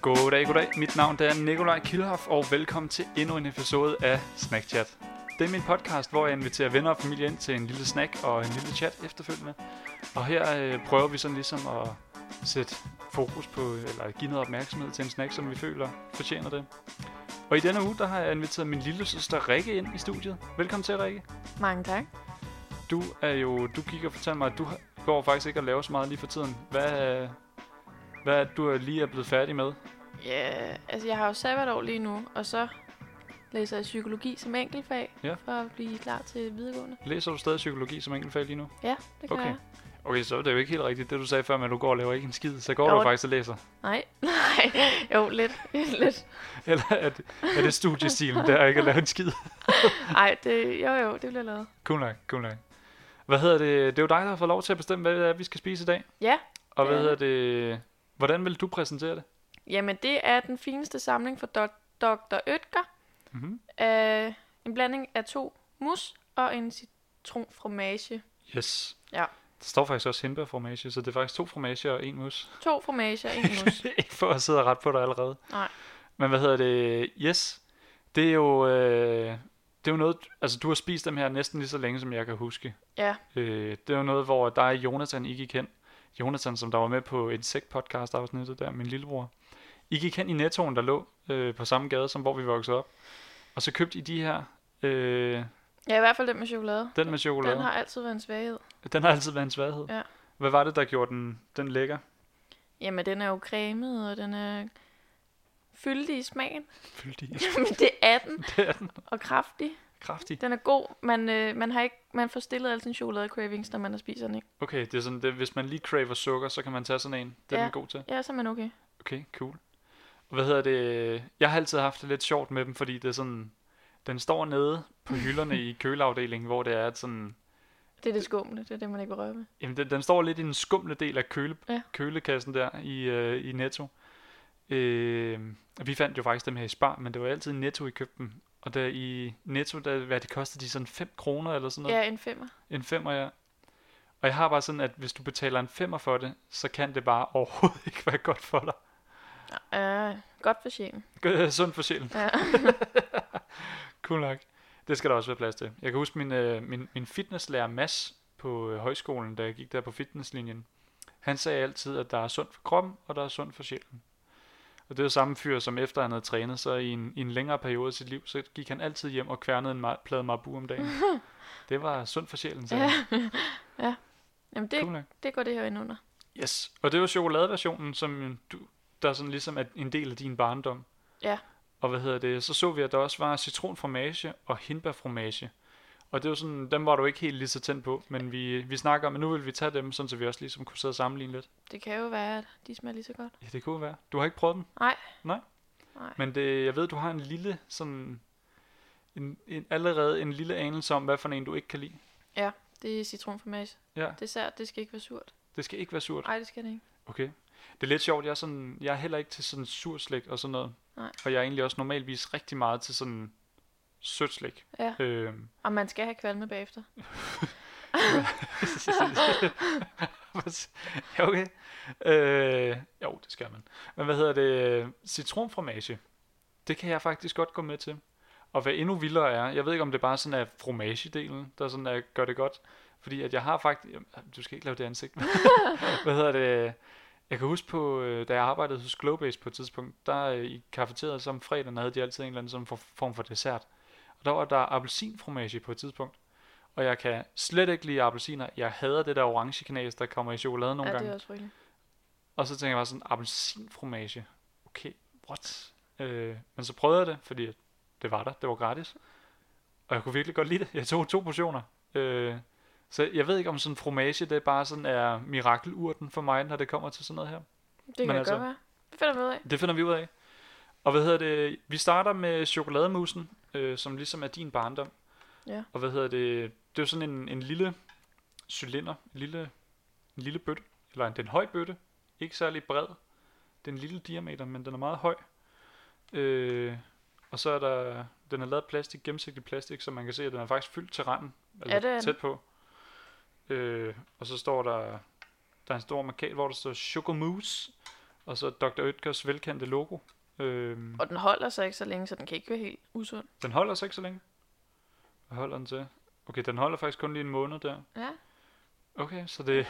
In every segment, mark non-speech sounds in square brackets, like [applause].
Goddag, goddag. Mit navn det er Nikolaj Kilhoff, og velkommen til endnu en episode af Snack Chat. Det er min podcast, hvor jeg inviterer venner og familie ind til en lille snack og en lille chat efterfølgende. Og her øh, prøver vi sådan ligesom at sætte fokus på, eller give noget opmærksomhed til en snack, som vi føler fortjener det. Og i denne uge, der har jeg inviteret min lille søster Rikke ind i studiet. Velkommen til, Rikke. Mange tak. Du er jo, du gik og fortalte mig, at du har- går faktisk ikke at lave så meget lige for tiden. Hvad, øh, hvad er det, du lige er blevet færdig med? Ja, altså jeg har jo sabbatår lige nu, og så læser jeg psykologi som enkeltfag, Ja. for at blive klar til videregående. Læser du stadig psykologi som enkeltfag lige nu? Ja, det kan Okay. jeg. Okay, så er det jo ikke helt rigtigt, det du sagde før, men du går og laver ikke en skid, så går Jo, du det- faktisk og læser. [laughs] Nej, [laughs] nej. Jo, lidt. [laughs] lidt. Eller er det, er det studiestilen, der er ikke at lave en skid? [laughs] Ej, det, jo jo, det bliver lavet. Cool nok, cool nok. Hvad hedder det? Det er jo dig, der har fået lov til at bestemme, hvad det er, vi skal spise i dag. Ja, Og det hvad er hedder det? Hvordan vil du præsentere det? jamen det er den fineste samling for dok- Dr. Øtker. Mm-hmm. Øh, en blanding af to mus og en citronfromage. Yes. Ja. Der står faktisk også hindbærformage, så det er faktisk to fromager og en mus. [laughs] To fromager og en mus. ikke for at sidde og rette på dig allerede. Nej. Men hvad hedder det? Yes. Det er jo, øh, det er jo noget, altså du har spist dem her næsten lige så længe, som jeg kan huske. Ja, Øh, det er jo noget, hvor dig og Jonathan ikke gik hen. Jonathan, som der var med på Insect podcast afsnittet der, min lillebror. I gik hen i nettoen, der lå øh, på samme gade, som hvor vi voksede op. Og så købte I de her, øh, ja i hvert fald den med chokolade. den med chokolade. Den har altid været en svaghed. den har altid været en svaghed. Ja. Hvad var det, der gjorde den, den lækker? Jamen, den er jo cremet, og den er fyldig i smagen. [laughs] Fyldt i. Jamen, det er den, [laughs] Det er den. og kraftig. Kraftig. Den er god, men øh, man, har ikke, man får stillet alle sine chokolade cravings, når man har spiser den, ikke? Okay, det er sådan, det, hvis man lige craver sukker, så kan man tage sådan en. Det er Ja. den god til. Ja, så er man okay. Okay, cool. Og hvad hedder det? Jeg har altid haft det lidt sjovt med dem, fordi det er sådan... Den står nede på hylderne i køleafdelingen, hvor det er at sådan... Det er det skumle, det er det, man ikke vil røre ved. Jamen, den, den står lidt i den skumle del af køle, ja. Ja. kølekassen der i, øh, i Netto. Øh, og vi fandt jo faktisk dem her i Spar, men det var altid i Netto, I købte dem. Og der i Netto, der, hvad det kostede de sådan 5 kroner eller sådan noget. Ja, en femmer. En femmer, ja. Og jeg har bare sådan, at hvis du betaler en femmer for det, så kan det bare overhovedet [laughs] ikke være godt for dig. Ja, godt for sjælen. Gør- Sundt for sjælen. Ja. [laughs] cool nok. Det skal der også være plads til. Jeg kan huske min, øh, min, min fitnesslærer Mads på øh, højskolen, da jeg gik der på fitnesslinjen. Han sagde altid, at der er sundt for kroppen, og der er sundt for sjælen. Og det er jo samme fyr, som efter han havde trænet sig i en, i en længere periode af sit liv, så gik han altid hjem og kværnede en mar- plade marabu om dagen. det var sundt for sjælen, sagde han. Jamen, det, Cool nok. det går det her ind under. Yes, og det var chokoladeversionen, som du, der sådan ligesom er en del af din barndom. Ja. Og hvad hedder det, så så vi, at der også var citronfromage og hindbærfromage. Og det var sådan, dem var du ikke helt lige så tændt på, men vi, vi snakker om, at nu vil vi tage dem, sådan så vi også ligesom kunne sidde og sammenligne lidt. Det kan jo være, at de smager lige så godt. Ja, det kunne være. Du har ikke prøvet dem, Nej. Nej. Nej. men det, jeg ved, du har en lille sådan, en, en, allerede en lille anelse om, hvad for en du ikke kan lide. Det er citronformage. Ja, Dessert, det skal ikke være surt. det skal ikke være surt. Nej, det skal det ikke. Okay. Det er lidt sjovt, jeg er, sådan, jeg er heller ikke til sådan sur slik og sådan noget. Nej. Og jeg er egentlig også normalvis rigtig meget til sådan sødt slik. Ja. Øh, Og man skal have kvalme bagefter. [laughs] ja, okay. Øh, jo, det skal man. Men hvad hedder det? Citronfromage. Det kan jeg faktisk godt gå med til. Og hvad endnu vildere er, jeg ved ikke om det bare sådan er fromagedelen, der sådan er, gør det godt. Fordi at jeg har faktisk... Du skal ikke lave det ansigt. [laughs] hvad hedder det? Jeg kan huske på, øh, da jeg arbejdede hos Globase på et tidspunkt, der øh, i kafeteriet som fredagen havde de altid en eller anden sådan for- form for dessert. Og der var der appelsinfromage på et tidspunkt. Og jeg kan slet ikke lide appelsiner. Jeg hader det der orange knas, der kommer i chokolade nogle ja, gange. det er også frygteligt. Og så tænker jeg bare sådan, appelsinfromage. Okay, what? Øh, men så prøvede jeg det, fordi at det var der. Det var gratis. Og jeg kunne virkelig godt lide det. Jeg tog to portioner. Øh, så jeg ved ikke, om sådan fromage, det bare sådan er mirakelurten for mig, når det kommer til sådan noget her. Det kan Men det altså- godt være. Det finder vi ud af. Det finder vi ud af. Og hvad hedder det? Vi starter med chokolademusen, øh, som ligesom er din barndom. Ja. Og hvad hedder det? Det er jo sådan en, en lille cylinder, en lille, en lille bøtte, eller en, det er en høj bøtte, ikke særlig bred. Den lille diameter, men den er meget høj. Øh, og så er der, den er lavet af plastik, gennemsigtig plastik, så man kan se, at den er faktisk fyldt til randen. Ja, det er den. tæt på. Øh, og så står der, der er en stor markat, hvor der står chokomousse, Og så Dr. Oetkers velkendte logo. Øhm, Og den holder sig ikke så længe, så den kan ikke være helt usund. den holder sig ikke så længe. Hvad holder den til? Okay, den holder faktisk kun lige en måned der. Ja, [laughs] Okay, så det...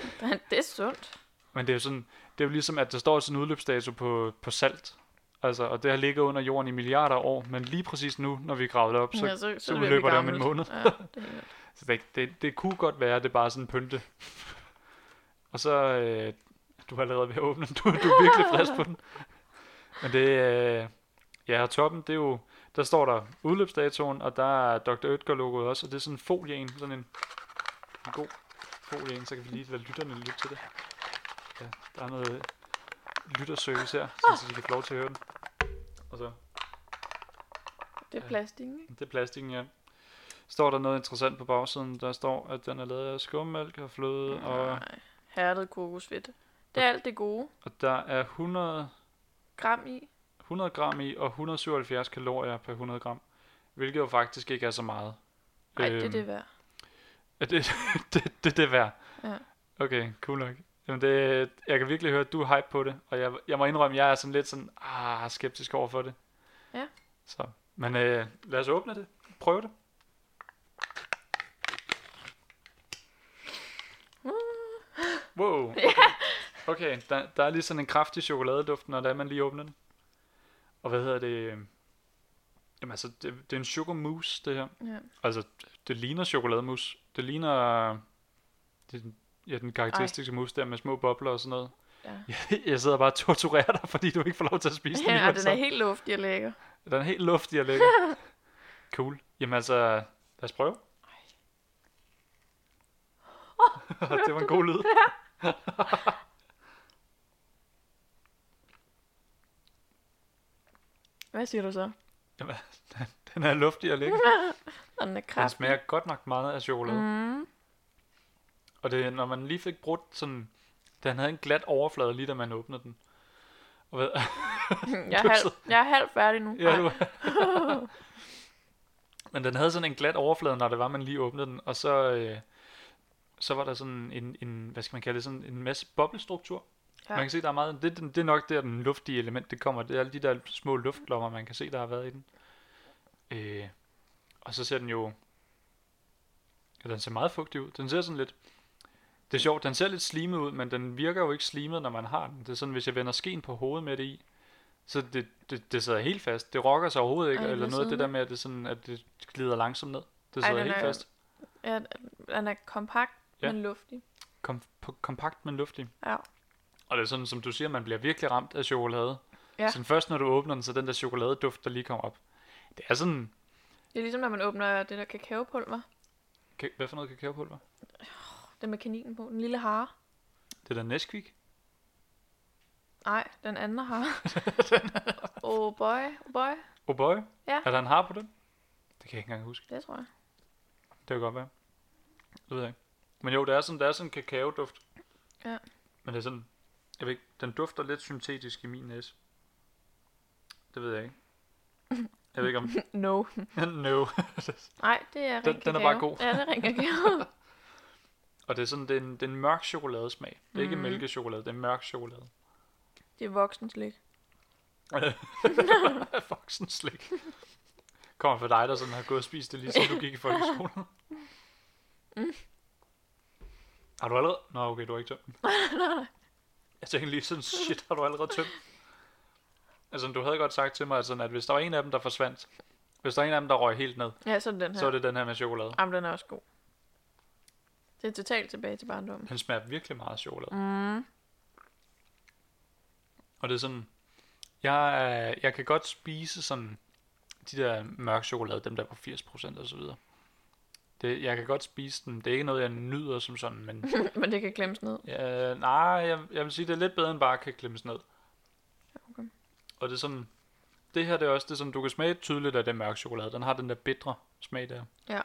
det er sundt. Men det er jo sådan... Det er jo ligesom, at der står sådan en udløbsdato på, på salt. Altså, og det har ligget under jorden i milliarder af år. Men lige præcis nu, når vi graver det op, så ja, så, så bliver vi udløber det om en gamle. måned. Ja, det er helt vildt. Så det, det, det kunne godt være, at det er bare sådan en pynte. Og så, øh, du har allerede ved at åbne den, du, du er virkelig frisk på den. Men det, øh, ja, og toppen, det er jo, der står der udløbsdatoen, og der er Dr. Oetker logoet også, og det er sådan en folie en, sådan en, en god folie en, så kan vi lige lade lytterne lytte til det. Ja, der er noget lytterservice her, sådan, så de kan få lov til at høre den. Og så, [laughs] det er plastik, ikke? det er plastikken, ja. Står der noget interessant på bagsiden? Der står, at den er lavet af skummælk og fløde, mm. og, Nej. Hærdet kokosfedt. Det er alt det gode. og der er 100, Gram i. 100 gram i og 177 kalorier per 100 gram. Hvilket jo faktisk ikke er så meget. Nej, det Øhm, er det værd. Er det, [laughs] det, det, det er værd? Ja. Okay, cool nok. Jamen det, jeg kan virkelig høre, at du er hype på det, og jeg, jeg må indrømme, at jeg er sådan lidt sådan, ah, skeptisk over for det. Ja. Så, men øh, lad os åbne det. Prøv det. [laughs] Wow. Okay, okay der, der er lige sådan en kraftig chokoladeduft, når det er, man lige åbner det. Og hvad hedder det? Jamen altså, det, det er en chokomousse, det her. Ja. Altså, det ligner chokolademus. Det ligner det, ja, den karakteristiske mus der med små bobler og sådan noget. Ja. Jeg, [laughs] jeg sidder bare og torturerer dig, fordi du ikke får lov til at spise den. [laughs] ja, og alligevel, den så. er helt luftig og lækker. den er helt luftig og lækker. [laughs] cool. Jamen altså, lad os prøve. [laughs] det var en god [laughs] lyd. Hvad siger du så? Jamen, den, den er luftig og lækker. Og den er Den kraftig. smager godt nok meget af chokolade. Mm. Mm. Og det, når man lige fik brudt sådan... Den havde en glat overflade, lige da man åbnede den. Og hvad, [laughs] Jeg, er halv, jeg er halv færdig nu. Ja, Ej. du... [laughs] Men den havde sådan en glat overflade, når det var, man lige åbnede den, og så, øh, så var der sådan en, en, hvad skal man kalde det, sådan en masse boblestruktur. Ja. Ja. Man kan se, der er meget, det, det er nok der, den luftige element, det kommer, det er alle de der små luftlommer, man kan se, der har været i den. Øh, og så ser den jo, ja, den ser meget fugtig ud, den ser sådan lidt, det er sjovt, den ser lidt slimet ud, men den virker jo ikke slimet, når man har den. Det er sådan, hvis jeg vender skeen på hovedet med det i, så det, det, det sidder helt fast. Det rokker sig overhovedet ikke, Ej, Ej, det eller er noget af det sådan. der med, at det, sådan, at det glider langsomt ned. Det Ej, sidder Ej, den helt er- fast. Ja, den er kompakt, Ja. men luftig. Kom, på, kompakt, men luftig. Ja. Og det er sådan, som du siger, man bliver virkelig ramt af chokolade. Ja. Ja. Sådan først, når du åbner den, så den der chokoladeduft, der lige kommer op. Det er sådan... Det er ligesom, når man åbner det der kakaopulver. ka- Hvad for noget kakaopulver? Den med kaninen på. Den lille hare. Det er da Nesquik. Nej, den anden hare. [laughs] oh boy, oh boy. Oh boy. Ja. Er der en har på den? Det kan jeg ikke engang huske. Det tror jeg. Det kan godt være. Det ved jeg ikke. Men jo, der er sådan, der er sådan en kakaoduft. Ja. Men det er sådan, jeg ved ikke, den dufter lidt syntetisk i min næse. Det ved jeg ikke. Jeg ved ikke om... [laughs] No. no. Nej, det er Den- ren den er kakao. bare god. Ja, det er ren kakao. Og det er sådan, det er en, det er en mørk chokoladesmag. Det er ikke Mm. mælkechokolade, det er mørk chokolade. det er voksen slik. Voksen slik. Kommer fra dig, der sådan har gået og spist det lige siden du gik i folkeskolen. Mm. Har du allerede... Nå, okay, du har ikke tømt den. Jeg tænkte lige sådan, shit, har du allerede tømt den? Altså, du havde godt sagt til mig, at, sådan, at hvis der var en af dem, der forsvandt, hvis der er en af dem, der røg helt ned, Ja, så er det den her. så er det den her med chokolade. Jamen, den er også god. Det er totalt tilbage til barndommen. Den smager virkelig meget af chokolade. Mm. Og det er sådan, jeg, er- jeg kan godt spise sådan de der mørke chokolade, dem der er på 80% og så videre. Det, jeg kan godt spise dem. Det er ikke noget, jeg nyder som sådan, men [laughs] Men det kan glemmes ned. ja, Øh, nej, jeg, jeg vil sige, det er lidt bedre end bare at kan klemmes ned. okay. Og det er sådan, det her det er også det, som du kan smage tydeligt af den mørke chokolade. Den har den der bitre smag der. Ja.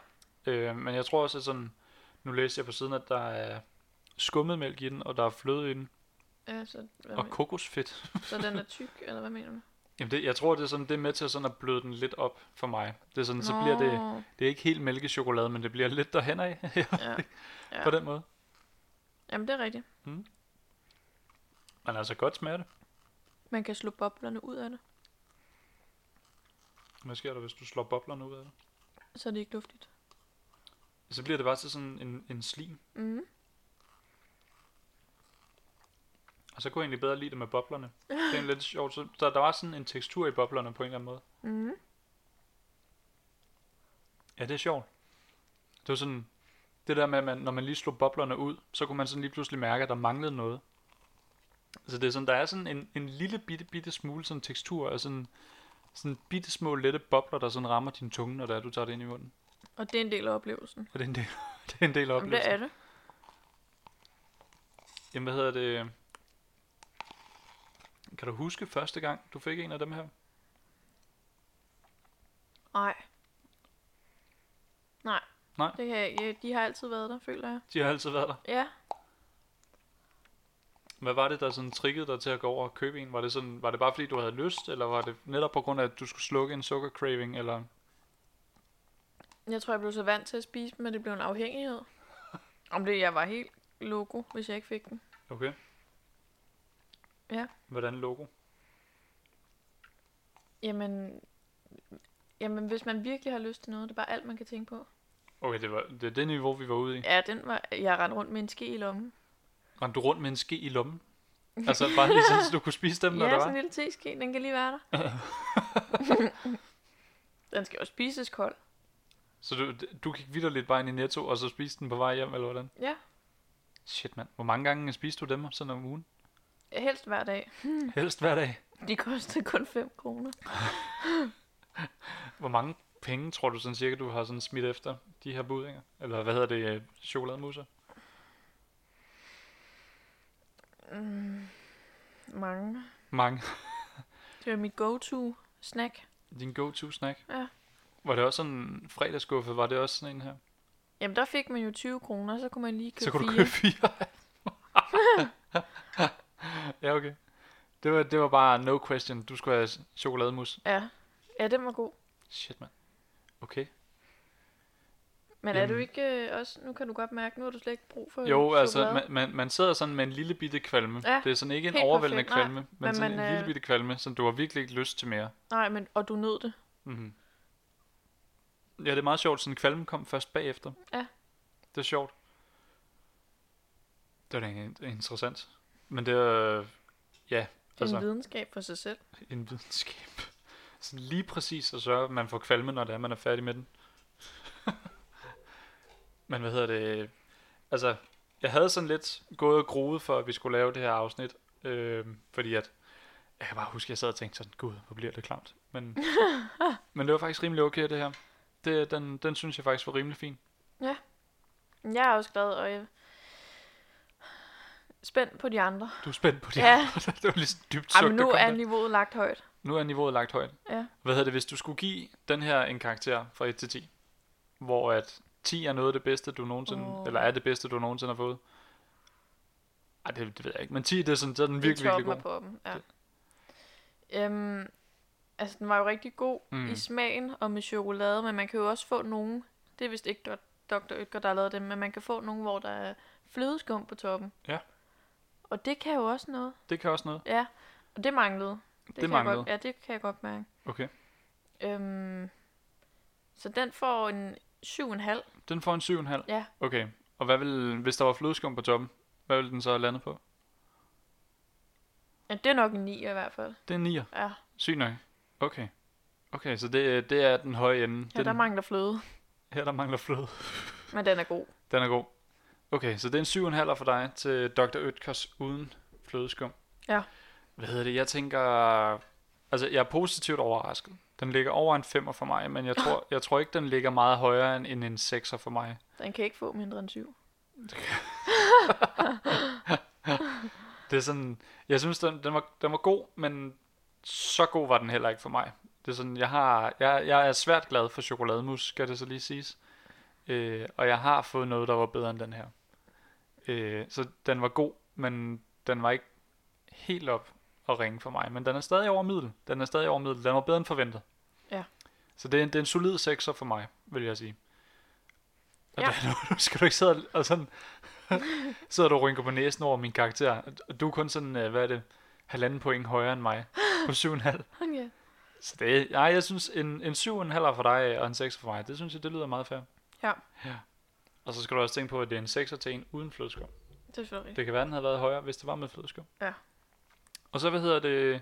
Øh, men jeg tror også, at sådan, nu læste jeg på siden, at der er skummet mælk i den, og der er fløde i den, Ja, så, hvad og men, kokosfedt. [laughs] så den er tyk, eller hvad mener du? Jamen det, jeg tror, det er, sådan, det er med til sådan at bløde den lidt op for mig. Det er sådan, så bliver det, Nå, det er ikke helt mælkechokolade, men det bliver lidt derhen af [laughs] Ja. på den måde. Jamen, det er rigtigt. Men altså, godt smager det. Man kan slå boblerne ud af det, Hvad sker der, hvis du slår boblerne ud af det? så er det ikke luftigt. Så bliver det bare til sådan en, en slim. Mm. Og så kunne jeg egentlig bedre lide det med boblerne. Det er lidt sjovt. Så der, der var sådan en tekstur i boblerne på en eller anden måde. Mm. Ja, det er sjovt. Det var sådan, det der med, at man, når man lige slog boblerne ud, så kunne man sådan lige pludselig mærke, at der manglede noget. Så det er sådan, der er sådan en, en lille bitte, bitte smule sådan tekstur, og sådan, sådan bitte små lette bobler, der sådan rammer din tunge, når det er, du tager det ind i munden. Og det er en del af oplevelsen. Og det er en del, [laughs] det er en del af Jamen, det oplevelsen. er det. Jamen, hvad hedder det? Kan du huske første gang, du fik en af dem her? Nej. Nej. Nej. Det kan jeg, ikke. de har altid været der, føler jeg. De har altid været der. Ja. Hvad var det, der sådan triggede dig til at gå over og købe en? Var det, sådan, var det bare fordi, du havde lyst, eller var det netop på grund af, at du skulle slukke en sukkercraving, eller... Jeg tror, jeg blev så vant til at spise dem, men det blev en [laughs] afhængighed. Om det, jeg var helt loco, hvis jeg ikke fik den. Okay. Ja. Hvordan logo? Jamen, jamen, hvis man virkelig har lyst til noget, det er bare alt, man kan tænke på. Okay, det var det, er det niveau, vi var ude i. Ja, den var, jeg rendte rundt med en ske i lommen. Rendte du rundt med en ske i [laughs] lommen? Altså bare lige sådan, så du kunne spise dem, når ja, der sådan en var? lille teske, den kan [laughs] lige være der. den skal jo spises kold. Så du, du gik vidderligt bare ind i Netto, og så spiste den på vej hjem, eller hvordan? Ja, Shit, mand. Hvor mange gange spiste du dem sådan om ugen? helst hver dag. Helst hver dag. De kostede kun 5 kroner. Hvor mange penge tror du sådan cirka, du har sådan smidt efter de her budinger? Eller hvad hedder det? øh, Chokolademusser? Mm, mange. Mange. Det var mit go-to snack. Din go-to snack? Ja. Var det også sådan en fredagsskuffe? Var det også sådan en her? Jamen, der fik man jo 20 kroner, så kunne man lige købe så kunne fire. du købe fire. [laughs] ja, okay. Det var, det var bare no question. Du skulle have chokolademus. Ja. ja, den var god. Shit, mand. Okay. Men er du Jamen. ikke øh, også, nu kan du godt mærke, nu har du slet ikke brug for Jo, altså, Øh, chokolade. man, man, man sidder sådan med en lille bitte kvalme. Ja, det er sådan ikke en helt overvældende perfekt. Nej, kvalme, men, men sådan man, en lille øh, bitte kvalme, som du har virkelig ikke lyst til mere. Nej, men, og du nød det. Mm-hmm. Ja, det er meget sjovt. Sådan kvalmen kom først bagefter. Ja. Det er sjovt. Det er da in- interessant. Men det er... øh, Ja, Det er altså. en videnskab for sig selv. en videnskab. Sådan lige præcis at sørge, at man får kvalme, når det er, man er færdig med den. [laughs] Men hvad hedder det? Altså, jeg havde sådan lidt gået og groet for, at vi skulle lave det her afsnit. Øh, fordi at, jeg kan bare huske, at jeg sad og tænkte sådan, gud, hvor bliver det klamt. [laughs] Men, men det var faktisk rimelig okay, det her. Det, den, den synes jeg faktisk var rimelig fin. Men Jeg er også glad, og jeg... spændt på de andre. Du er spændt på det. Ja. [laughs] det var lige sådan et dybt suk, Jamen, nu der kom er der. niveauet lagt højt. nu er niveauet lagt højt. Ja. Hvad hedder det, hvis du skulle give den her en karakter fra 1 til 10, hvor at 10 er noget af det bedste, du nogensinde, oh. Åh. eller er det bedste, du nogensinde har fået? Ej, det, det ved jeg ikke, men 10 det er sådan, det er den Virkelig, virkelig, virkelig toppen god. er på dem, ja. Øhm, altså, den var jo rigtig god Mm. mm. i smagen og med chokolade, men man kan jo også få nogen, det er vist ikke Dr. Ytger, der har lavet dem, men man kan få nogen, hvor der er flødeskum på toppen. Ja. Og det kan jo også noget. Det kan også noget. Ja, og det manglede. Det kan manglede. Jeg godt, ja, det kan jeg godt mærke. Okay. Øhm, så den får en 7,5. Den får en 7,5? Ja. Okay. Og hvad vil, hvis der var flødeskum på toppen, hvad ville den så have landet på? Ja, det er nok en 9 i hvert fald. Det er en 9'er. Ja, Sygt nok. Okay. Okay, så det, det er den høje ende. ja den, der mangler fløde, her der mangler fløde. men den er god. Den er god. Okay, så det er en 7,5 for dig til Dr. Øtkers uden flødeskum. Ja. Hvad hedder det? Jeg tænker... Altså, jeg er positivt overrasket. Den ligger over en 5'er for mig, men jeg tror, jeg tror ikke, den ligger meget højere end, end en 6'er for mig. Den kan ikke få mindre end 7. Det er sådan... Jeg synes, den, den, var, den var god, men så god var den heller ikke for mig. Det er sådan, jeg, har, jeg, jeg er svært glad for chokolademus, skal det så lige siges. Øh, og jeg har fået noget, der var bedre end den her. Øh, så den var god, men den var ikke helt op at ringe for mig. Men den er stadig over middel. Den er stadig over middel. Den var bedre end forventet. Ja. Så det er en, det er en solid sekser for mig, vil jeg sige. Og Ja. ja. det, [laughs] nu skal du ikke sidde og, og sådan, sidder du og rynker på næsen over min karakter. Du er kun sådan, øh, hvad er det, halvanden point højere end mig på 7,5. [laughs] Okay. Så det, nej, jeg synes, en, en 7,5 for dig og en 6 for mig, det synes jeg, det lyder meget fair. Ja. ja. Og så skal du også tænke på, at det er en 6 til en uden flødeskum. Det er selvfølgelig. Det kan være, den havde været højere, hvis det var med flødeskum. Ja. Og så, hvad hedder det,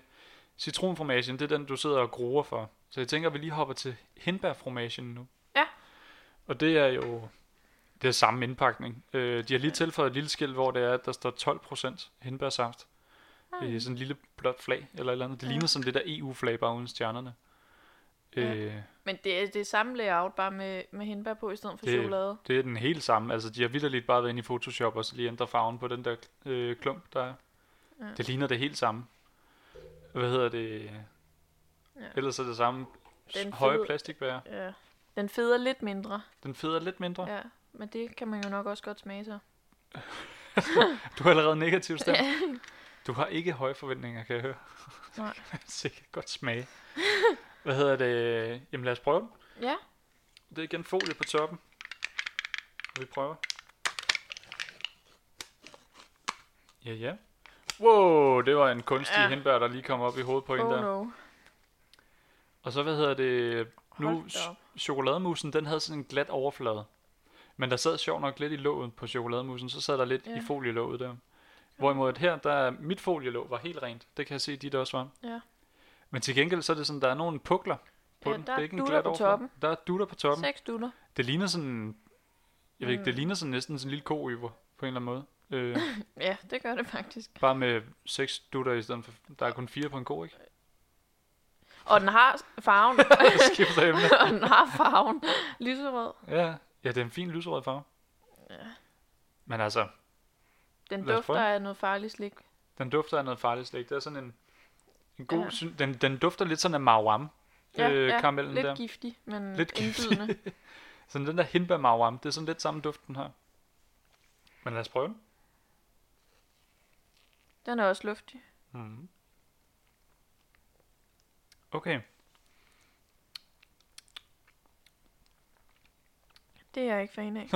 citronformagen, det er den, du sidder og gruer for. Så jeg tænker, at vi lige hopper til hindbærformagen nu. Ja. Og det er jo det er samme indpakning. Øh, de har lige tilføjet et lille skilt, hvor det er, at der står 12% hindbærsaft. Ah. Det er sådan en lille blåt flag, eller et eller andet. Det Ja. ligner sådan det der EU-flag, bare uden stjernerne. Ja. Øh, Men det er det er samme layout, bare med, med hindbær på i stedet for Det- det... chokolade. det er den helt samme. Altså, de har vidderligt bare været inde i Photoshop og så lige ændret farven på den der øh, klump, der er. Ja. Det ligner det helt samme. Hvad hedder det? Ja. Ellers er det samme Den den høje fede- plastikbær. Ja. Den feder lidt mindre. Den feder lidt mindre. Ja. Ja. Men det kan man jo nok også godt smage så. Du er allerede negativ stemt. Du har ikke høje forventninger, kan jeg høre. [laughs] Nej. Sikkert godt smage. Hvad hedder det? Jamen lad os prøve den. Ja. Det er igen folie på toppen. Og vi prøver. Ja, ja. Wow, det var en kunstig ja. Ja. hindbær, der lige kom op i hovedet på en Oh der. no. Og så, hvad hedder det, Hold nu nu... ch- op. chokolademusen, den havde sådan en glat overflade. Men der sad sjovt nok lidt i låget på chokolademusen, så sad der lidt ja. Ja. i folielåget der. Hvorimod at her, der er mit folielåg var helt rent. Det kan jeg se, dit også var. Ja. Men til gengæld, så er det sådan, der er nogle pukler på Ja, den. der det er er ikke en dutter glat på overflade. toppen. Der er dutter på toppen. Seks dutter. Det ligner sådan, jeg ved ikke, det Mm. ligner sådan næsten sådan en lille koøver på en eller anden måde. Øh, Ja, det gør det faktisk. bare med seks dutter i stedet for, der er kun fire på en ko, [laughs] ikke? Og den har [laughs] farven. [laughs] Skifter emne. og den har farven. Lyserød. Ja, ja, det er en fin lyserød farve. Ja. Men altså, Den Lad os prøve. dufter af noget farligt slik. den dufter af noget farligt slik. Det er sådan en, en god, Ja. syn, den, den dufter lidt sådan af marwam, Ja, øh, ja, karamellen Lidt der. giftig, men Lidt lidt giftig. indbydende. Sådan den der hindbær marwam, det er sådan lidt samme duft, den har. Men lad os prøve den. Den er også luftig. Mm. Okay, Det er jeg [laughs] ikke fan af.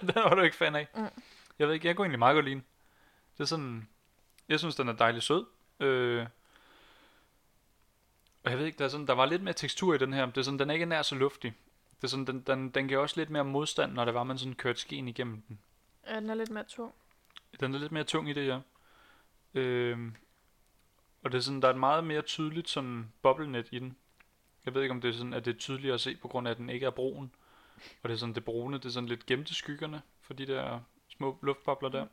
den var du ikke fan af. Mm. Jeg ved ikke, jeg kunne egentlig meget godt lide den. Det er sådan, jeg synes, den er dejlig sød. Øh, og jeg ved ikke, der, er sådan, der var lidt mere tekstur i den her. Det er sådan, den er ikke nær så luftig. Det er sådan, den, den, den giver også lidt mere modstand, når det var, man sådan kørte skeen igennem den. Ja, den er lidt mere tung. Den er lidt mere tung i det her. Øhm, og det er sådan, der er et meget mere tydeligt sådan bobblenet i den. Jeg ved ikke, om det er sådan, at det er tydeligere at se, på grund af, at den ikke er brun. Og det er sådan, det brune, det er sådan lidt gemt i skyggerne for de der små luftbobler der.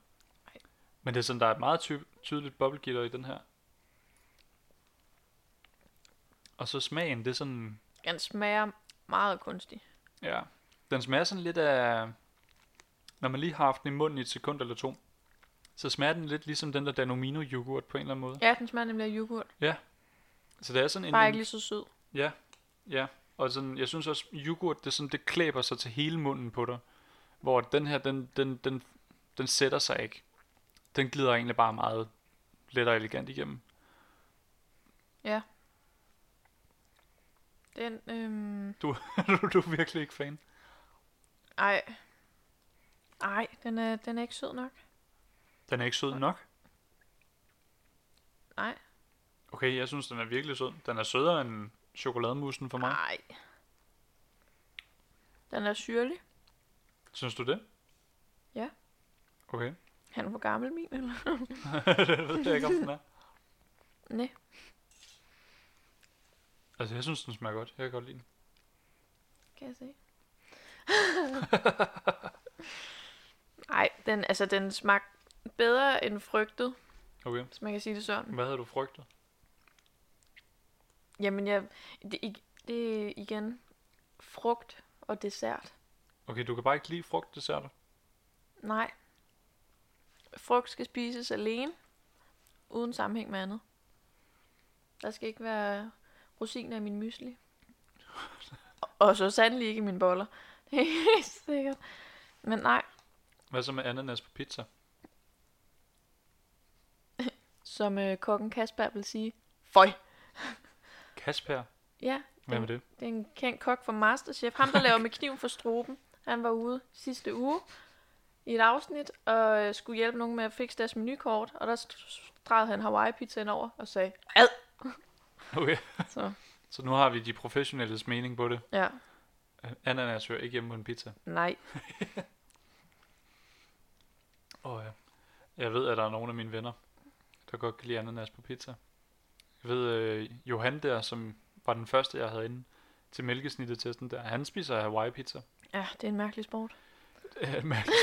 Men det er sådan, der er et meget ty- tydeligt boblegitter i den her. Og så smagen, det er sådan, Den smager meget kunstig. ja, den smager sådan lidt af, når man lige har haft den i munden i et sekund eller to, så smager den lidt ligesom den der Danomino yoghurt på en eller anden måde. Ja, den smager nemlig af yoghurt. Så det er sådan en... Bare ikke lige så sød. Ja, ja. Og sådan, jeg synes også, yoghurt, det, er sådan, det klæber sig til hele munden på dig. Hvor den her, den, den, den, den sætter sig ikke. Den glider egentlig bare meget let og elegant igennem. [laughs] Den, øhm... du, du er virkelig ikke fan. Ej. Ej, den er, den er ikke sød nok. Den er ikke sød nok. Nej. Okay, jeg synes, den er virkelig sød. Den er sødere end chokolademusen for mig. Nej. Den er syrlig. Synes du det? Ja. Okay. [laughs] Han er for gammel, min, eller? det ved jeg ikke, om den [laughs] er. Nej. Altså, jeg synes, den smager godt. Jeg kan godt lide den. Kan jeg [laughs] se. Nej, den, altså, den smagte bedre end frygtet, Okay. hvis man kan sige det sådan. Hvad havde du frygtet? Jamen, jeg, det, ig- det er igen frugt og dessert. Okay, du kan bare ikke lide frugtdesserter. Nej. Frugt skal spises alene, uden sammenhæng med andet. Der skal ikke være rosiner i min mysli. Og så sandelig ikke i mine boller. Det er helt sikkert. Men nej, Hvad så med ananas på pizza? som øh, kokken Kasper vil sige, føj. Kasper? Ja, Hvad med det? det er en kendt kok fra Masterchef. Ham, der laver med kniven for stroben. Han var ude sidste uge i et afsnit og øh, skulle hjælpe nogen med at fikse deres menukort, og der st- drejede han Hawaii-pizzaen over og sagde, ad! Okay. Så Så nu har vi de professionelles mening på det. ja, Øh, Ananas hører ikke hjemme på en pizza. nej. Og ja. jeg ved, at der er nogle af mine venner, der godt kan lide ananas på pizza. Jeg ved, øh, Johan der, som var den første, jeg havde inde til mælkesnittetesten der, han spiser Hawaii-pizza. Ja, det er en mærkelig sport. Øh, [laughs] [laughs] mærkeligt.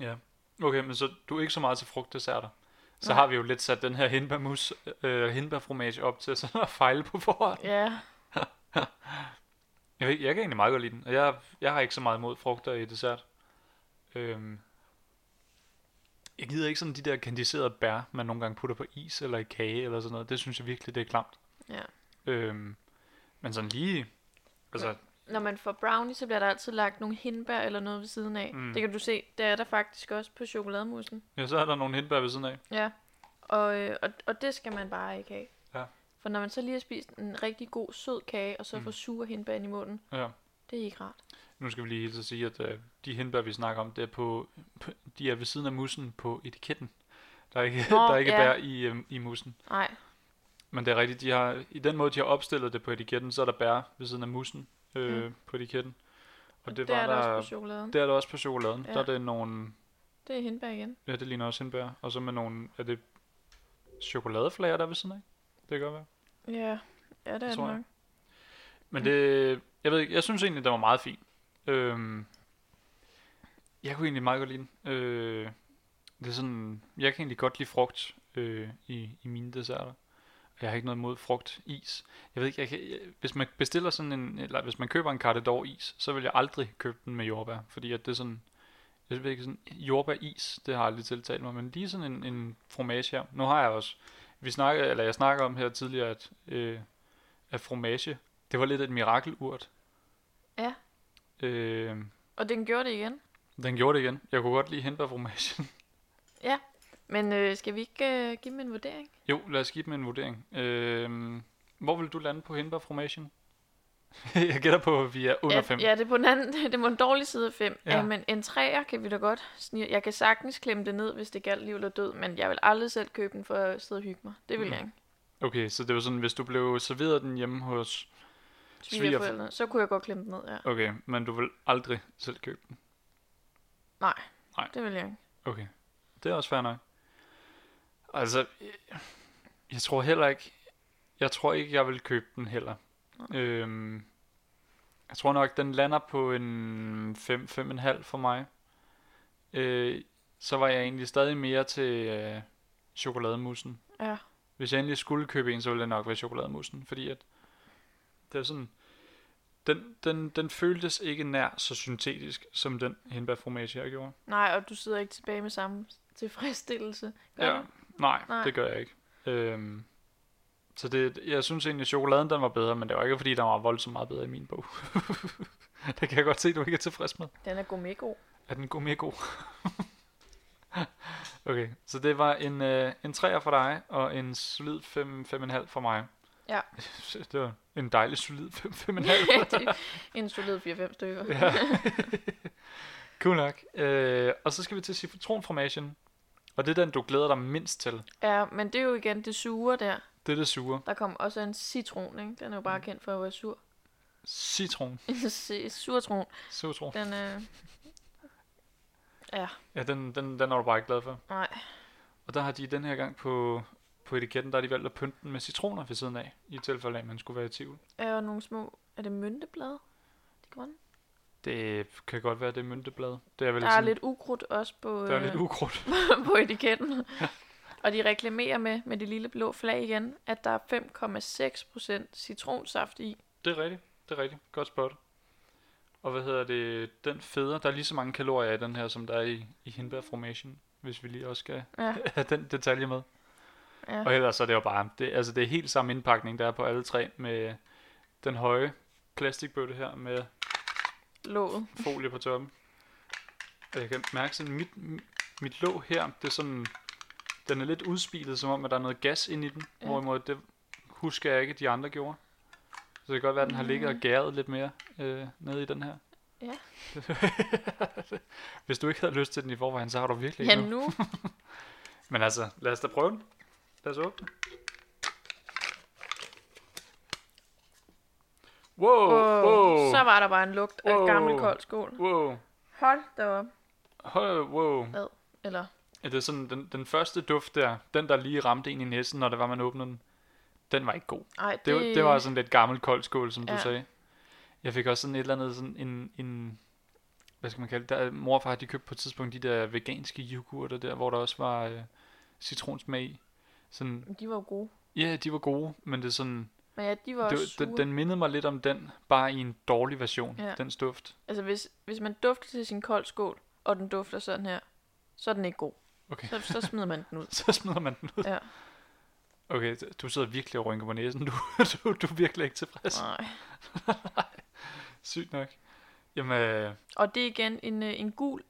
ja. Okay, men så du er ikke så meget til frugtdesserter. Så Nej. har vi jo lidt sat den her hindbærmus, øh, hindbærfromage op til sådan at fejle på forhånd. Ja, Jeg, ved, ikke, jeg kan egentlig meget godt lide den, og jeg, jeg har ikke så meget imod frugter i dessert. Øhm, jeg gider ikke sådan de der kandiserede bær, man nogle gange putter på is eller i kage eller sådan noget. Det synes jeg virkelig, det er klamt. ja. Øhm, men sådan lige... Altså, Når man får brownie, så bliver der altid lagt nogle hindbær eller noget ved siden af. Mm. Mm. Det kan du se, det er der faktisk også på chokolademussen. ja, så er der nogle hindbær ved siden af. Ja, og, øh, og, og det skal man bare ikke have. Ja. For når man så lige har spist en rigtig god sød kage, og så Mm. mm. får sure hindbær ind i munden, Ja. det er ikke rart. Nu skal vi lige hilse at sige, at øh, de hindbær, vi snakker om, det er på, på, de er ved siden af mussen på etiketten. Der er ikke, [laughs] Nå, der er ikke ja. bær i, øh, i mussen. Nej, Men det er rigtigt, de har, i den måde, de har opstillet det på etiketten, så er der bær ved siden af mussen øh, mm. på etiketten. Og det, det var er der der, også på chokoladen. Det, det er der også på chokoladen. Ja. Ja. Der er det nogle, det er hindbær igen. ja, det ligner også hindbær, og så med nogle, er det chokoladeflager, der er ved siden af? Det kan godt være. Ja, ja det er det tror jeg. nok. Men det, jeg ved ikke, jeg synes egentlig, den var meget fin. Øhm, jeg kunne egentlig meget godt lide den. Øh, det er sådan, jeg kan egentlig godt lide frugt øh, i, i mine desserter. Og Jeg har ikke noget imod frugt is. Jeg ved ikke, jeg kan, jeg, hvis man bestiller sådan en, eller hvis man køber en Cartador is, så vil jeg aldrig købe den med jordbær, fordi at det er sådan, jeg ved ikke, sådan, jordbær is, det har aldrig tiltalt mig, men lige sådan en, en fromage her. Nu har jeg også, vi snakker, eller jeg snakker om her tidligere, at, øh, at fromage, det var lidt et mirakelurt. Ja. Øh, Og den gjorde det igen. den gjorde det igen. Jeg kunne godt lide hindbærfromagen. [laughs] Men øh, skal vi ikke øh, give dem en vurdering? jo, lad os give dem en vurdering. Øh, hvor vil du lande på hindbærfromagen? [laughs] jeg gætter på, at vi er under ja, 5. ja, det er på den anden, [laughs] det er på en dårlig side af 5. Ja. Ja. men en træer kan vi da godt snige. Jeg kan sagtens klemme det ned, hvis det galt liv eller død, men jeg vil aldrig selv købe den for at sidde og hygge mig. Det vil Mm. jeg ikke. Okay, så det var sådan, hvis du blev serveret den hjemme hos... Svigerforældrene. Så kunne jeg godt klemme den ned, ja. Okay, men du vil aldrig selv købe den. Nej, Nej. det vil jeg ikke. Okay, det er også fair nok. Altså, øh, jeg tror heller ikke... Jeg tror ikke, jeg vil købe den heller. Øhm, jeg tror nok, den lander på en 5 5,5 for mig. Øh, så var jeg egentlig stadig mere til øh, chokolademussen. Ja. Hvis jeg endelig skulle købe en, så ville det nok være chokolademussen, fordi at det er sådan, den, den, den føltes ikke nær så syntetisk, som den hindbærfromage, jeg gjorde. Nej, og du sidder ikke tilbage med samme tilfredsstillelse. Gør Ja, du? nej, nej, Nej. det gør jeg ikke. Øhm, så det, jeg synes egentlig, at chokoladen den var bedre, men det var ikke, fordi den var voldsomt meget bedre i min bog. [laughs] det kan jeg godt se, du ikke er tilfreds med. Den er [laughs] gourmetgod. Er den god mere god? okay, så det var en, øh, en 3'er for dig, og en solid 5, 5,5 for mig. Ja. [laughs] det var en dejlig solid 5, 5,5. [laughs] Det er en solid 4-5 stykker. Ja. [laughs] cool nok. Øh, og så skal vi til citronfromagen. Og det er den, du glæder dig mindst til. ja, men det er jo igen det sure der. Det er det sure. Der kom også en citron, ikke? Den er jo bare kendt for at være sur. [laughs] Citron. En si- surtron. Citron. Den, øh... Ja, Ja, den, den, den er du bare ikke glad for. nej. Og der har de den her gang på, på etiketten, der har de valgt at pynte den med citroner ved siden af, i tilfælde af, at man skulle være i tvivl. Er jo nogle små... Er det mynteblade? De grønne? Det kan godt være, det er mynteblad. Det er vel Der er sådan, lidt ukrudt også på, der er øh, lidt ukrudt. [laughs] på etiketten. Og de reklamerer med, med det lille blå flag igen, at der er 5,6% citronsaft i. Det er rigtigt. Det er rigtigt. Godt spot. Og hvad hedder det? Den feder, der er lige så mange kalorier i den her, som der er i, i hindbærformation, hvis vi lige også skal [laughs] Ja, have den detalje med. ja. Og ellers så er det jo bare, det, altså det er helt samme indpakning, der er på alle tre, med den høje plastikbøtte her, med Låget. folie på toppen. Og jeg kan mærke sådan, mit, mit låg her, det er sådan, den er lidt udspilet, som om, at der er noget gas ind i den. Ja. Hvorimod, det husker jeg ikke, at de andre gjorde. Så det kan godt være, at den har ligget og gæret lidt mere øh, nede i den her. Ja. [laughs] Hvis du ikke havde lyst til den i forvejen, så har du virkelig Ja, ikke nu. nu. Men altså, lad os da prøve den. Lad os åbne. Wow, [laughs] Oh, wow, Så var der bare en lugt af Wow. gammel kold skål. wow, Hold da op. Høj, wow. Eller, Ja, det er sådan, den, den første duft der, den der lige ramte en i næsen, når det var, man åbnede den, den var ikke god. ej, det, Det, det, det var altså- sådan lidt gammel kold skål, som ja. Øh, Ja. du sagde. Jeg fik også sådan et eller andet, sådan en, en hvad skal man kalde det, der, mor og far, de købte på et tidspunkt de der veganske yoghurter der, hvor der også var øh, citronsmag i. Sådan, De var jo gode. ja, de var gode, men det er sådan, Men ja, de var det, også var- sure. den, den mindede mig lidt om den, bare i en dårlig version, ja. Ja. den duft. Altså, hvis, hvis man dufter til sin kold skål, og den dufter sådan her, så er den ikke god. Okay. Så, så smider man [laughs] den ud. [laughs] Så smider man den ud. Ja. Okay, du sidder virkelig og rynker på næsen, du, [laughs] du, du er virkelig ikke tilfreds. Nej. Sygt nok. Jamen, øh, Og det er igen en, øh, en gul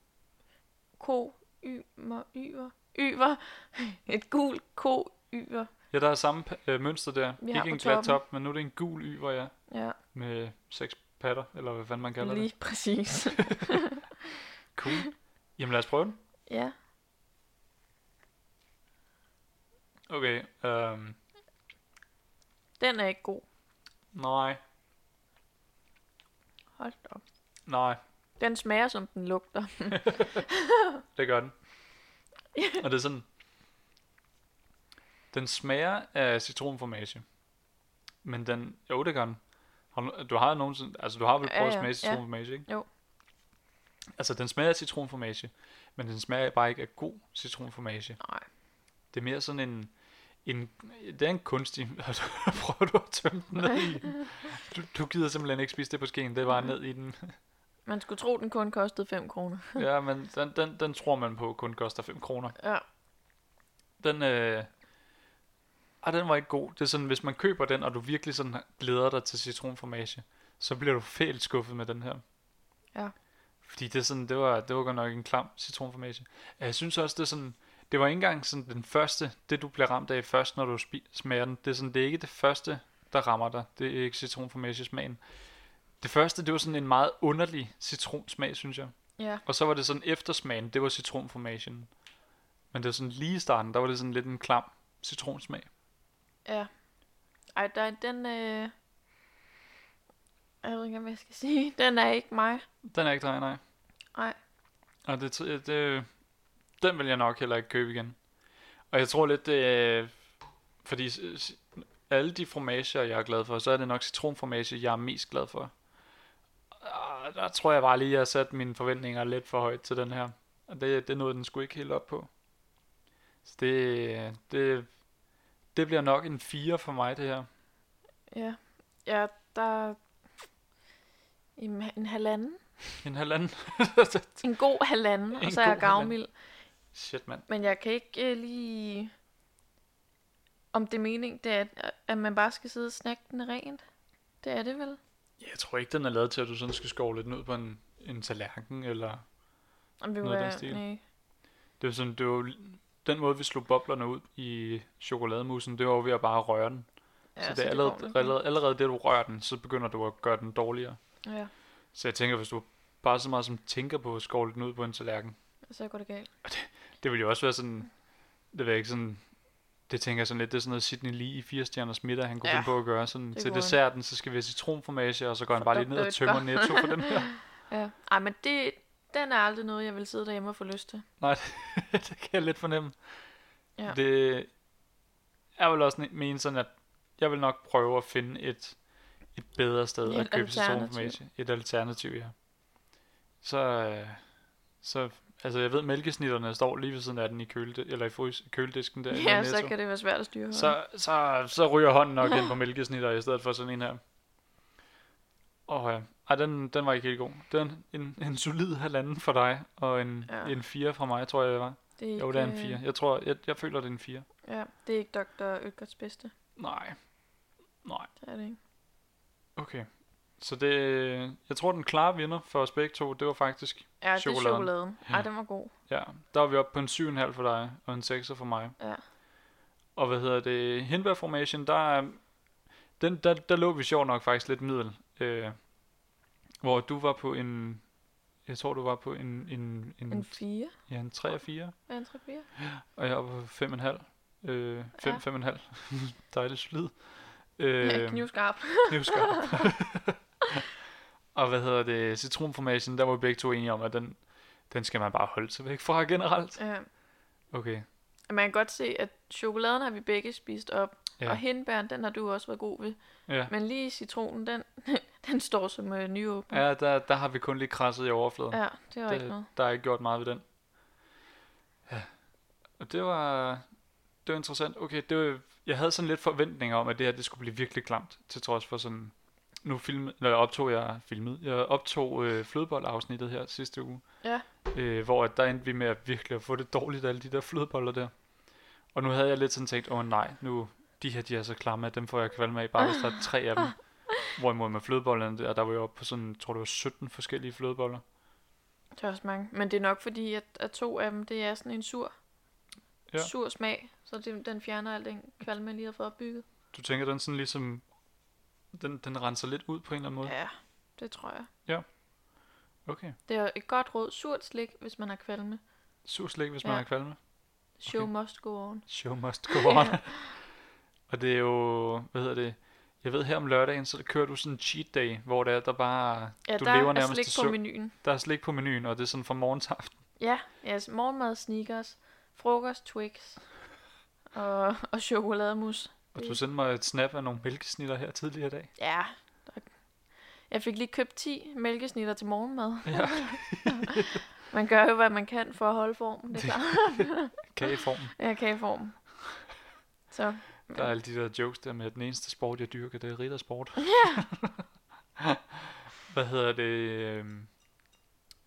ko yver, yver, yver. [laughs] Et gul ko yver. ja, der er samme pa- øh, mønster der. Vi har Ikke på en glat toppen. top, men nu er det en gul y, hvor jeg Ja, med seks patter, eller hvad fanden man kalder Lige. det. lige præcis. [laughs] Cool. Jamen lad os prøve den. ja. Okay, øhm, Den er ikke god. nej, Hold da op. nej, Den smager, som den lugter. det gør [laughs] den. Og det er sådan, den smager af citronformage, men den, jo det gør den. Har du, du har nogensinde, altså du har vel Ja, prøvet ja, at smage ja. citronformage, ikke? Jo. Altså den smager af citronformage, men den smager bare ikke af god citronformage. Nej. Det er mere sådan en... en det er en kunstig... [laughs] Prøver du at tømme den ned i den? Du, du gider simpelthen ikke spise det på skeen. Det var ned i den. Man skulle tro, den kun kostede 5 kroner. Ja, men den, den, den tror man på kun koster 5 kroner. Ja. Den... Øh, ah, den var ikke god. Det er sådan, hvis man køber den, og du virkelig sådan glæder dig til citronformage, så bliver du fælt skuffet med den her. Ja. Fordi det, er sådan, det, var, det var godt nok en klam citronformage. Ja, Jeg synes også, det er sådan, det var ikke engang sådan den første, det du bliver ramt af først, når du spi- smager den. Det er, sådan, det er ikke det første, der rammer dig. Det er ikke citronformage smagen. Det første, det var sådan en meget underlig citronsmag, synes jeg. Ja. Og så var det sådan eftersmagen, det var citronformagen. Men det var sådan lige i starten, der var det sådan lidt en klam citronsmag. Ja. Ej, der, den... Øh... Jeg ved ikke, hvad jeg skal sige. [laughs] Den er ikke mig. Den er ikke drej, nej. Nej. Og det, tr- det, den vil jeg nok heller ikke købe igen. Og jeg tror lidt, det er, fordi s- s- alle de fromager, jeg er glad for, så er det nok citronformage, jeg er mest glad for. Og der tror jeg bare lige, jeg har sat mine forventninger lidt for højt til den her. Og det, det nåede den skulle ikke helt op på. Så det, øh, det, det bliver nok en 4 for mig, det her. Ja. Ja, der... Jamen, en halvanden. En halvanden. En god En halvanden, og så er jeg god gavmild. Shit, mand. Men jeg kan ikke øh, lige... Om det er mening, det er, at man bare skal sidde og snakke den rent. Det er det vel? Jeg tror ikke, den er lavet til, at du sådan skal skovle den ud på en, en tallerken, eller Om det Noget af den være- stil. Nej. Det var sådan, det var den måde, vi slog boblerne ud i chokolademusen, det var jo ved at bare røre den. Ja, så det er allerede, går nok, det allerede, allerede det, du rører den, så begynder du at gøre den dårligere. ikke? Ja, Så jeg tænker, hvis du bare så meget som tænker på at skovle den ud på en tallerken, så går det galt. det ville jo også være sådan, det var ikke sådan, det tænker jeg sådan lidt, det er sådan noget Sidney Lee i 4 stjerners middag, han kunne ja, Ja, finde på at gøre sådan, det til kunne han. desserten, så skal vi have citronformage, og så går han bare lige ned og Fordufter tømmer lidt netto for den [laughs] her. Ja. Ej, men det, den er aldrig noget, jeg vil sidde derhjemme og få lyst til. Nej, det kan jeg lidt fornemme. Ja. Ja. Det jeg vil også ne- mene sådan, at jeg vil nok prøve at finde et, et bedre sted Et at købe alternativ. citronformage. Et alternativ, ja. Så, øh, så altså jeg ved, mælkesnitterne står lige ved siden af den i, køle, eller i frys, køledisken der. i [laughs] Ja, så Netto. kan det være svært at styre. så, så, så ryger hånden nok [laughs] ind på mælkesnitter i stedet for sådan en her. Og ja, Ej, den, den var ikke helt god. Den en, en solid halvanden for dig, og en, ja. Ja. øh, en fire fra mig, tror jeg, det var. det er øh, Jo, det er en 4. Jeg tror, jeg, jeg føler, det er en 4. Ja, det er ikke Dr. Ødgards bedste. Nej. Nej. Det er det ikke. Okay. Så det, jeg tror, den klare vinder for os begge to, det var faktisk, Ja, det Chokoladen. er chokoladen. Ja. Ej, den var god. ja, der var vi oppe på en 7,5 for dig, og en 6 for mig. Ja. Og hvad hedder det, Hindbær Formation, der, er- den, der, der lå vi sjovt nok faktisk lidt middel. Øh, Hvor du var på en... Jeg tror, du var på en... En, en, En 4. ja, en 3 og 4. Hvad er en 3 4? Og jeg var på 5,5. Øh, 5, Ja. 5,5. [laughs] Dejligt slid. Øh, Ja, [laughs] knivskarp. knivskarp. [laughs] og hvad hedder det? Citronformagen, der var vi begge to enige om, at den, den skal man bare holde sig væk fra generelt. Ja. Okay. Man kan godt se, at chokoladen har vi begge spist op. Ja. Og hindbæren, den har du også været god ved. Ja. Men lige citronen, den, [laughs] den står som øh, nyåbnet. Ja, der, der har vi kun lige krasset i overfladen. ja, det var ikke der, noget. der er ikke gjort meget ved den. Ja. Og det var, det var interessant. Okay, det var, jeg havde sådan lidt forventninger om, at det her det skulle blive virkelig klamt, til trods for sådan... Nu film, når jeg optog, jeg filmede, jeg optog øh, flødeboldafsnittet her sidste uge. Ja. Øh, hvor at der endte vi med at virkelig at få det dårligt, alle de der flødeboller der. Og nu havde jeg lidt sådan tænkt, åh nej, nu, de her de er så klamme, at dem får jeg kvalme af, bare hvis der er tre [laughs] af dem. Hvorimod med flødebollerne der, der var jeg oppe på sådan, tror det var 17 forskellige flødeboller. Det er også mange. Men det er nok fordi, at, at to af dem, det er sådan en sur, Ja. ja. sur smag. Så det, den fjerner al den kvalme, man lige har fået opbygget. Du tænker, den sådan ligesom... Den, den renser lidt ud på en eller anden måde? Ja, det tror jeg. Okay. Det er et godt råd. Surt slik, hvis man har kvalme. Sur slik, hvis man Ja. har kvalme. Show Okay. okay. must go on. Show must [laughs] go on. Og det er jo... Hvad hedder det? Jeg ved, her om lørdagen, så kører du sådan en cheat day, hvor det er, der bare... Ja, du der lever er nærmest slik til på søvn. menuen. Der er slik på menuen, og det er sådan fra morgen til aften. Ja, altså morgenmad, sneakers, frokost, Twix og, og chokolademus. Og du Det- sendte mig et snap af nogle mælkesnitter her tidligere i dag. Ja, der- jeg fik lige købt 10 mælkesnitter til morgenmad. Ja. [laughs] man gør jo, hvad man kan for at holde formen, det er klart. Kageformen. Jeg kan i formen. Så Der er alle de der jokes der med, at den eneste sport, jeg dyrker, det er [laughs] riddersport. Hvad hedder det? øhm,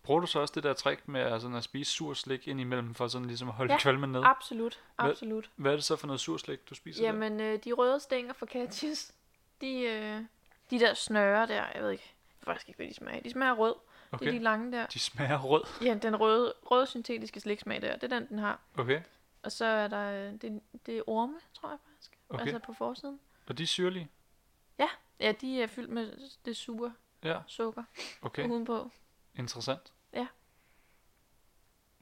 Bruger du så også det der trick med at, sådan at spise sur slik ind imellem, for sådan ligesom at holde ja. Ja. kvalmen ned? absolut, Hvad- absolut. Hvad er det så for noget sur slik, du spiser der? Jamen, øh, de røde stænger fra Katjes, de, øh, de der snøre der, jeg ved ikke, jeg ved faktisk ikke, hvad de smager. af. De smager af rød. Okay. Det er de lange der. De smager rød. Ja, den røde, røde syntetiske sliksmag der, det er den, den har. Okay, Og så er der, øh, det, det er orme, tror jeg faktisk. okay. Altså Altså... på forsiden. Og de er syrlige? Ja, de er fyldt med det sure Ja, sukker okay. okay. udenpå. Interessant. Uh-huh. Ja.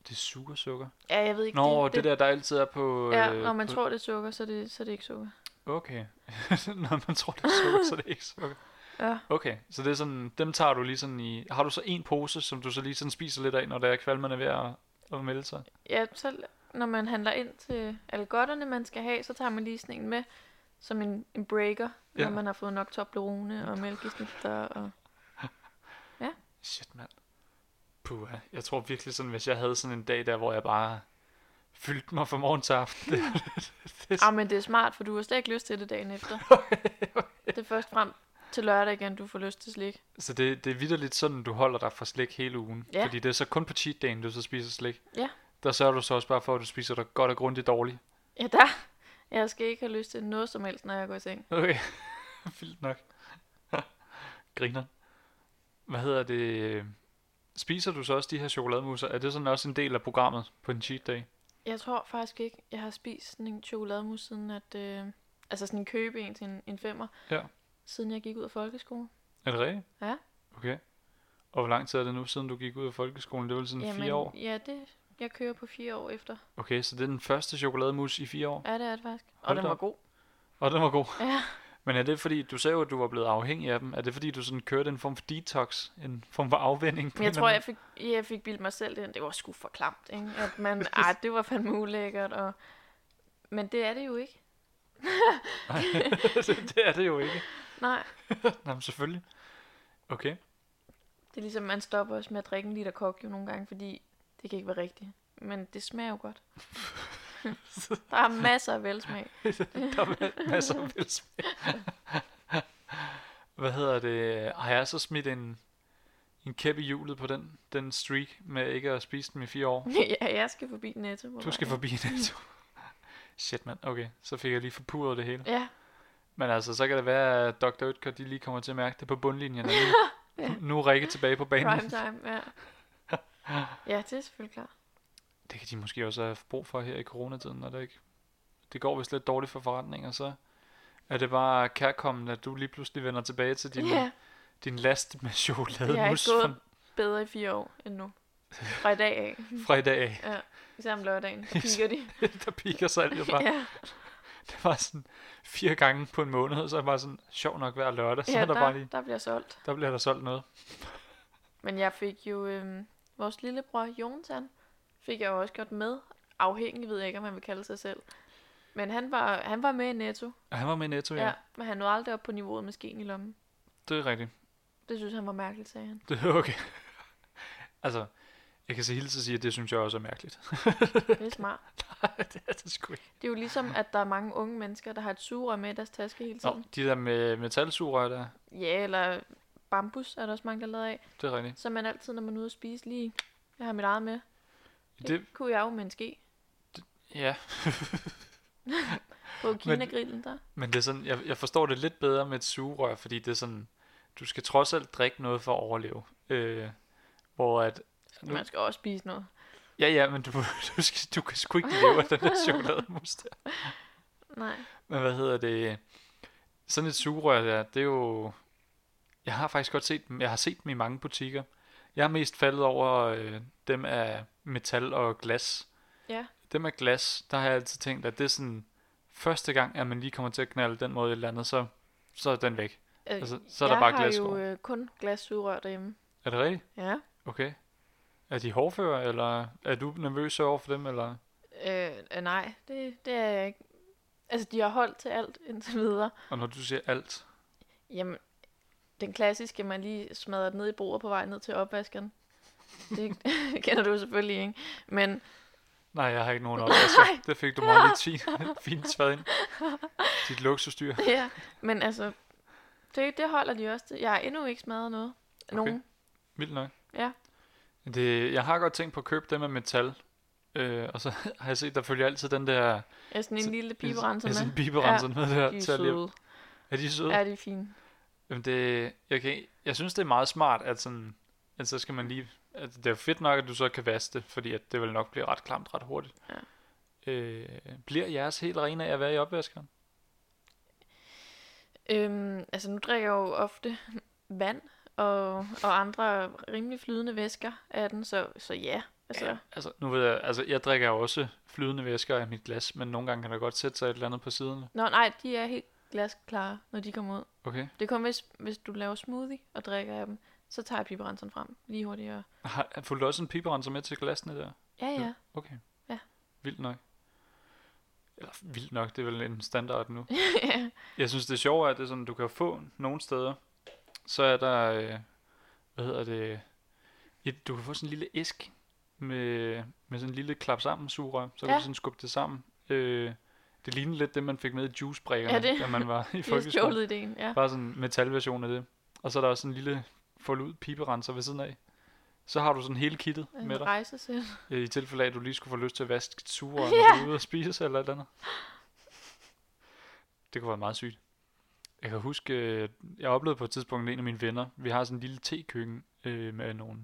Det er sukker. Ja, jeg ved ikke. Nå, det, det der, der altid er på... øh, Ja, når man på... tror, det er sukker, så er det, så er det ikke sukker. Okay. [laughs] Når man tror, det er sukker, så er det ikke sukker. Ja. Okay, så det er sådan, dem tager du lige sådan i... Har du så en pose, som du så lige sådan spiser lidt af, når der er kvalmerne ved at, at melde sig? Ja, så når man handler ind til alle godterne, man skal have, så tager man lige sådan en med som en, en breaker, Ja. ja. når man har fået nok Toblerone og mælkesnitter. Og... Shit, mand. Puh, jeg tror virkelig sådan, hvis jeg havde sådan en dag der, hvor jeg bare fyldte mig fra morgen til aften. Det, det, [laughs] det, Ah, men det er smart, for du har slet ikke lyst til det dagen efter. Det er først frem til lørdag igen, du får lyst til slik. så det, det er vidderligt sådan, du holder dig fra slik hele ugen. Ja. Fordi det er så kun på cheat dagen, du så spiser slik. Ja. Der sørger du så også bare for, at du spiser dig godt og grundigt dårligt. Ja, der. Jeg skal ikke have lyst til noget som helst, når jeg går i seng. Okay, [laughs] vildt nok. [laughs] Griner. Hvad hedder det? Spiser du så også de her chokolademusser? Er det sådan også en del af programmet på en cheat day? Jeg tror faktisk ikke, jeg har spist sådan en chokolademus siden at... Øh, altså sådan en købe en til en, en femmer. Ja. Siden jeg gik ud af folkeskolen. Er det rigtigt? Ja. Okay. Og hvor lang tid er det nu, siden du gik ud af folkeskolen? Det var vel sådan Jamen. fire år? Ja, det, jeg kører på fire år efter. Okay, så det er den første chokolademus i fire år. Ja, det er det faktisk. Og Hold den da var op. god. Og den var god. Ja. [laughs] Men er det fordi, du sagde jo, at du var blevet afhængig af dem. Er det fordi, du sådan kørte en form for detox? En form for afvending? på en Men jeg eller tror, anden jeg fik, jeg fik bildt mig selv det ind. Det var sgu for klamt, ikke? [laughs] At man, ej, det var fandme ulækkert. Og... Men det er det jo ikke. måde? [laughs] det er det jo ikke. Nej. Nå, men selvfølgelig. Okay. Det er ligesom, man stopper også med at drikke en liter kok jo nogle gange, fordi det kan ikke være rigtigt. Men det smager jo [laughs] godt. der er masser af velsmag. [laughs] Der er ma- masser af velsmag. Hvad hedder det? Har jeg så smidt en, en kæp i hjulet på den, den streak med ikke at spise dem i fire år? ja, jeg skal forbi Netto. på Du skal vej. forbi Netto. Shit, mand. Okay, så fik jeg lige forpudret det hele. Ja, Men altså, så kan det være, at Dr. Utker, de lige kommer til at mærke det på [laughs] bundlinjen. og Nu, Ja. nu er Rikke tilbage på banen. prime time, [laughs] ja. Ja, det er selvfølgelig klart. Det kan de måske også have brug for her i coronatiden, når det ikke... Det går vist lidt dårligt for forretninger, så er det bare kærkommen, at du lige pludselig vender tilbage til dine, Ja, din last med chokolade Det har ikke fra, gået bedre i fire år end nu. Fra i dag af. fra i dag af. [laughs] Ja, især om lørdagen. Så kigger de. der piker sig alt jo bare. Ja, Det var sådan fire gange på en måned, og så er jeg bare sådan, sjov nok hver lørdag, så ja er der, bare der, lige, der bliver solgt. der bliver der solgt noget. Men jeg fik jo, øhm, vores lillebror Jonathan, fik jeg jo også gjort med. Afhængig ved jeg ikke, om han vil kalde sig selv. Men han var, han var med i Netto. Og han var med i Netto, ja. Ja, men han nåede aldrig op på niveauet med skeen i lommen. Det er rigtigt. [laughs] Det synes han var mærkeligt, sagde han. Det er okay. altså, jeg kan så hilse at sige, at det synes jeg også er mærkeligt. [laughs] Det er smart. det er det sgu ikke. Det er jo ligesom, at der er mange unge mennesker, der har et sugerør med i deres taske hele Nå, tiden. de der med metalsugerør der, Nå. Ja, eller bambus er der også mange, der lader af. det er rigtigt. Så man altid, når man er ude at spise, lige, jeg har mit eget med. Det, Det, det kunne jeg jo med en ske. ja, På Kina-grillen der. men det er sådan, jeg, jeg forstår det lidt bedre med et sugerør, fordi det er sådan, du skal trods alt drikke noget for at overleve. Øh, hvor at, nu- Man skal også spise noget. ja ja, men du, [laughs] du, skal, du kan sgu ikke leve af den der chokolademus der. Nej. Men hvad hedder det? Sådan et sugerør der, det er jo... Jeg har faktisk godt set dem. Jeg har set dem i mange butikker. Jeg er mest faldet over øh, dem af metal og glas. Ja. Dem af glas, der har jeg altid tænkt, at det er sådan... Første gang, at man lige kommer til at knalde den måde et eller andet, så, så er den væk. Øh, Altså, så er jeg der bare har glas jo over. øh, kun glassugerør derhjemme. Er det rigtigt? Ja. Okay. Er de hårdfører, eller er du nervøs over for dem, eller... Øh, øh, nej, det, det er jeg ikke. Altså, de har holdt til alt [laughs] indtil videre. Og når du siger alt... Jamen, den klassiske, man lige smadrer den ned i bordet på vej ned til opvaskeren. Det [laughs] kender du selvfølgelig ikke. Men Nej, jeg har ikke [laughs] nogen opvasker. Det fik du meget lidt fint, [laughs] fint sværet ind. Dit luksusdyr. ja, men altså, det, det holder de også til. Jeg har endnu ikke smadret noget. Nogen. Okay. Vildt nok. Ja. Det, jeg har godt tænkt på at købe dem af metal. Øh, og så [laughs] har jeg set, der følger altid den der... Jeg har sådan en Så- lille piberenser piberenser med. piberenser med der. De er til at lige- søde. Er de søde? Ja, de er fine. Jamen det, jeg, kan, jeg synes, det er meget smart, at sådan... At så skal man lige... At det er jo fedt nok, at du så kan vaske det, fordi at det vil nok blive ret klamt ret hurtigt. Ja. Øh, bliver jeres helt rene af at være i opvaskeren? Øhm, altså, nu drikker jeg jo ofte vand og, og andre rimelig flydende væsker af den, så, så ja. Altså, ja. Altså, nu ved jeg, altså, jeg drikker jo også flydende væsker af mit glas, men nogle gange kan der godt sætte sig et eller andet på siderne. Nå, nej, de er helt glasklare, når de kommer ud. Okay. Det er kun, hvis, hvis du laver smoothie og drikker af dem, så tager jeg piberenseren frem lige hurtigere. Har, har fulgt også en piberenser med til glasene der? Ja, ja. Okay. Ja. Vildt nok. Eller vildt nok, det er vel en standard nu. [laughs] ja. Jeg synes, det sjove er, at det er sådan, du kan få nogle steder, så er der, øh, hvad hedder det, et, du kan få sådan en lille æsk med, med sådan en lille klap sammen sugerør, så kan Ja. du sådan skubbe det sammen. Øh, det ligner lidt det, man fik med i Ja, juicebrækkerne, det- da man [laughs] var i Vi har folkeskolen. stjålet ideen, ja. Bare sådan en metalversion af det. Og så er der også sådan en lille fold ud piberenser ved siden af. Så har du sådan hele kittet med En dig. rejsesæt. Øh, I tilfælde af, at du lige skulle få lyst til at vaske dit [laughs] sugerør, når Ja. du er ude og spise eller et eller andet. Det kunne være meget sygt. Jeg kan huske, øh, jeg oplevede på et tidspunkt en af mine venner. Vi har sådan en lille tekøkken øh, med nogle...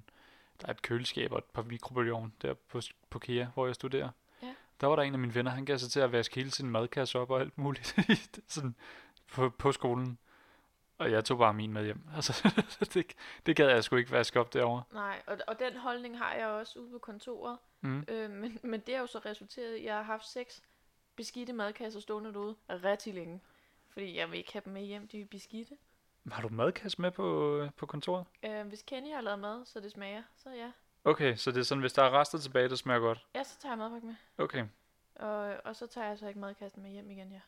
Der er et køleskab og et par mikrobølgeovn der på, på KEA, hvor jeg studerer. Ja. Der var der en af mine venner, han gav sig til at vaske hele sin madkasse op og alt muligt [laughs] sådan på, på skolen. Og jeg tog bare min med hjem. Altså, [laughs] det, det gad jeg sgu ikke vaske op derovre. Nej, og, og den holdning har jeg også ude på kontoret. Mm. Øh, men, men det har jo så resulteret i, at jeg har haft seks beskidte madkasser stående derude rigtig længe. Fordi jeg vil ikke have dem med hjem, de er beskidte. Har du madkasse med på, øh, på kontoret? Øh, hvis Kenny har lavet mad, så det smager, så ja. Okay, så det er sådan, hvis der er rester tilbage, der smager godt. Ja, så tager jeg madpakke med. Okay, Og, og så tager jeg så ikke madkassen med hjem igen, ja.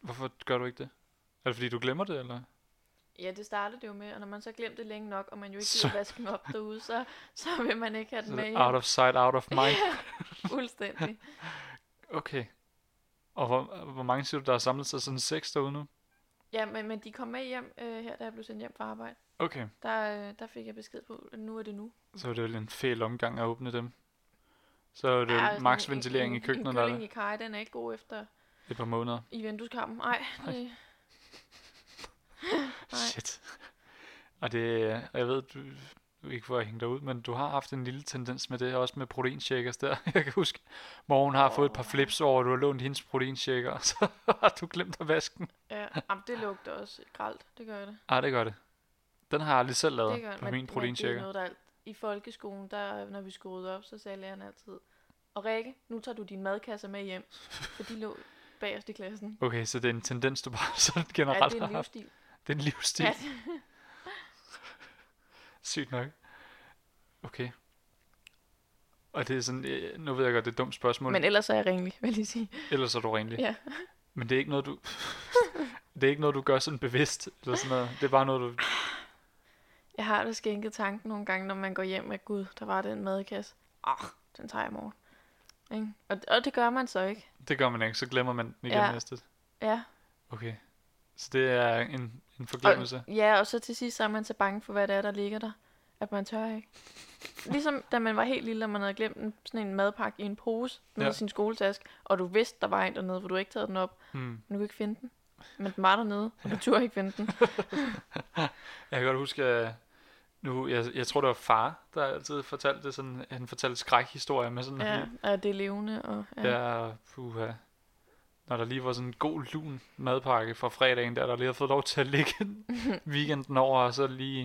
hvorfor gør du ikke det? Er det fordi, du glemmer det, eller? Ja, det startede det jo med, og når man så glemte det længe nok, og man jo ikke Så- gider vaske den op derude, så, så vil man ikke have den Så med det Altså, out hjem. of sight, out of mind. [laughs] Fuldstændig. Okay. Og hvor, hvor mange siger du, der har samlet sig sådan seks derude nu? Ja, men, men de kom med hjem øh, her, da jeg blev sendt hjem fra arbejde. Okay, Der, øh, der fik jeg besked på, at nu er det nu. så er det vel en fæl omgang at åbne dem. Så er det Ja, ja, sådan max en- ventilering i en- køkkenet, En der er kylling der i kaj, den er ikke god efter et par måneder. i vindueskampen. Nej, det, Nej. Shit. Og det, øh, og jeg ved, du, du ikke for at hænge dig ud, men du har haft en lille tendens med det, også med proteinshakers der. [laughs] Jeg kan huske, morgen har fået et par Åh. flips over, at du har lånt hendes proteinshaker, og så [laughs] har du glemt at vaske den. ja, jamen, det lugter også gralt. Det gør det. Ah, det gør det. Den har jeg aldrig selv lavet det gør på min det er proteinshake. noget, der alt- I folkeskolen, der, når vi skulle rydde op, så sagde læreren altid, og Rikke, nu tager du dine madkasser med [laughs] hjem, for de lå bagerst i klassen. Okay, så det er en tendens, du bare [laughs] sådan Ja, generelt det er har en haft. livsstil. Det er en livsstil. Ja, Ja. [laughs] Sygt nok. Okay. Og det er sådan, øh, nu ved jeg godt, det er et dumt spørgsmål, men Men... ellers er jeg ringelig, vil jeg lige sige. ellers er du renlig. Ja. Men det er ikke noget, du... [laughs] det er ikke noget, du gør sådan bevidst, eller sådan noget. Det er bare noget, du... Jeg har da skænket tanken nogle gange, når man går hjem med Gud, der var den madkasse. Ah, den tager jeg i morgen. Ikke? Og, og det gør man så ikke. Det gør man ikke, så glemmer man den igen ja. Ja. næste. Ja. Okay. Så det er en, en forglemmelse. Og, ja, og så til sidst, så er man så bange for, hvad det er, der ligger der, at man tør ikke. Ligesom da man var helt lille, og man havde glemt en, sådan en madpakke i en pose med Ja. ja. sin skoletaske, og du vidste, der var en dernede, for du havde ikke taget den op, Hmm. men du kunne ikke finde den. Men den var dernede, og du turde ikke finde den. Jeg kan godt huske, at nu, jeg, jeg tror, det var far, der altid fortalte det sådan, han fortalte skrækhistorier med sådan Ja, helt- og det er levende. Og, ja. Ja. Ja, puha. Når der lige var sådan en god lun madpakke fra fredagen, der der lige havde fået lov til at ligge weekenden over, og så lige,